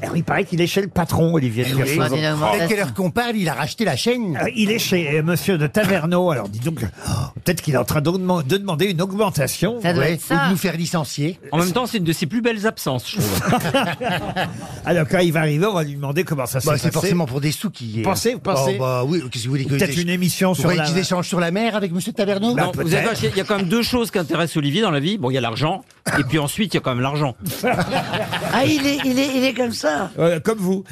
Eh il paraît qu'il est chez le patron, Olivier de Eh oui. Bah, Kersauzon. Il a une augmentation. Dès que l'heure qu'on parle, il a racheté la chaîne. Euh, Il est chez euh, Monsieur de Taverneau. Alors, dis donc, oh, peut-être qu'il est en train de, deman- de demander une augmentation. Ça doit Ouais, être Ou ça. de nous faire licencier. Bah, En même temps, c'est une de ses plus belles absences, je trouve. Alors, quand il va arriver, on va lui demander comment ça s'est Bah, passé. c'est forcément pour des sous qui est. Pensez, vous pensez Oh, bah oui, qu'est-ce que vous voulez que Peut-être ils- une émission Vous sur voulez la- qu'ils échangent sur la mer avec Monsieur Taverneau Bah, Non, vous êtes peut-être. vache, il y a quand même deux choses qui intéressent Olivier dans la vie. Bon, il y a l'argent, et puis ensuite, il y a quand même l'argent. Ah, il est, il est, il est comme ça. Euh, comme vous.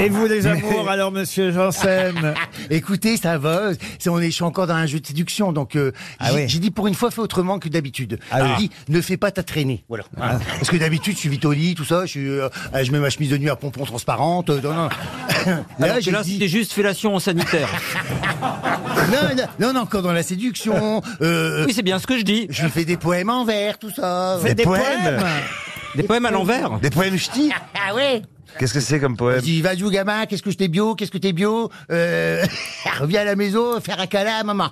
Et vous, les amours, alors, Monsieur Janssen Ah, Écoutez, ça va. C'est, on est, je suis encore dans un jeu de séduction, donc euh, Ah j'ai, oui. j'ai dit pour une fois, fais autrement que d'habitude. Ah J'ai oui. dit, ne fais pas ta traînée. Voilà. Parce que d'habitude, je suis vite au lit, tout ça. Je, suis, euh, euh, je mets ma chemise de nuit à pompons transparente. euh, non, non. Ah, Alors Là, que Ah, j'ai là, dit- c'était juste fellation sanitaire. non, non, non, non, encore dans la séduction. euh, Oui, c'est bien ce que je dis. je fais des poèmes en vers, tout ça. Faites des poèmes. Des poèmes à l'envers. Des poèmes ch'tis Ah ouais. Qu'est-ce que c'est comme Je poème dis, vas-y, gamin, qu'est-ce que je t'ai bio, qu'est-ce que t'es bio, euh, reviens à la maison, faire un câlin à maman.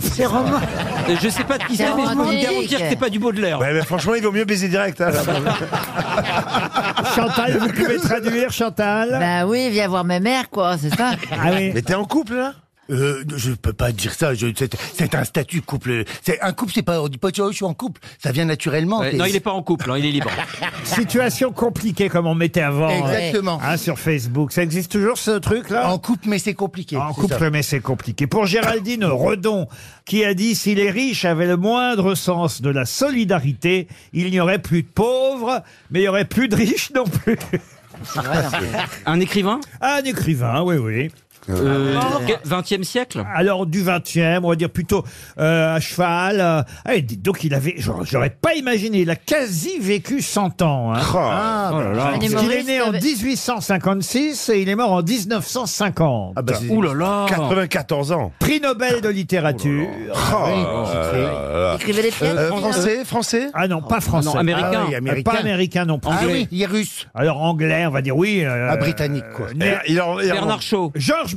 C'est roman. Et Je sais pas de qui c'est, mais je peux vous romantique. garantir que c'est pas du Baudelaire. Ouais, mais franchement, il vaut mieux baiser direct. hein, là. Chantal, vous pouvez traduire, Chantal Bah oui, viens voir ma mère, quoi, c'est ça. Ah oui. mais t'es en couple, là Euh, je peux pas dire ça, je- c'est, c'est un statut couple. C'est, un couple, c'est pas, on dit pas, oh, je suis en couple, ça vient naturellement. Ouais, t'es- non, il est pas en couple, hein, il est libre. Situation compliquée, comme on mettait avant. hein, Exactement. hein, sur Facebook. Ça existe toujours, ce truc-là Ah, En couple, mais c'est compliqué. En c'est couple, ça. mais c'est compliqué. Pour Géraldine Redon, qui a dit si les riches avaient le moindre sens de la solidarité, il n'y aurait plus de pauvres, mais il n'y aurait plus de riches non plus. Un écrivain Un écrivain, oui, oui. euh, 20e siècle Alors, du 20e, on va dire plutôt euh, à cheval. euh, ah, et dites donc, il avait, j'aurais j'aurais pas imaginé, il a quasi vécu 100 ans. hein. bah, Ah, Oh là là. Parce qu'il est né en 1856 et il est mort en 1950. Ah bah, Ah, oh c'est- Ouh là là 94 ans. Prix Nobel de littérature. Ah, Écrivez les pièces. Euh, dis-donc. français, français Ah non, pas français. Non, américain. Ah oui, Euh, Pas américain. américain non plus. Ah oui, il est russe. Alors anglais, on va dire oui. euh, Ah, britannique, quoi. né- Il en- il en- Bernard Shaw. Georges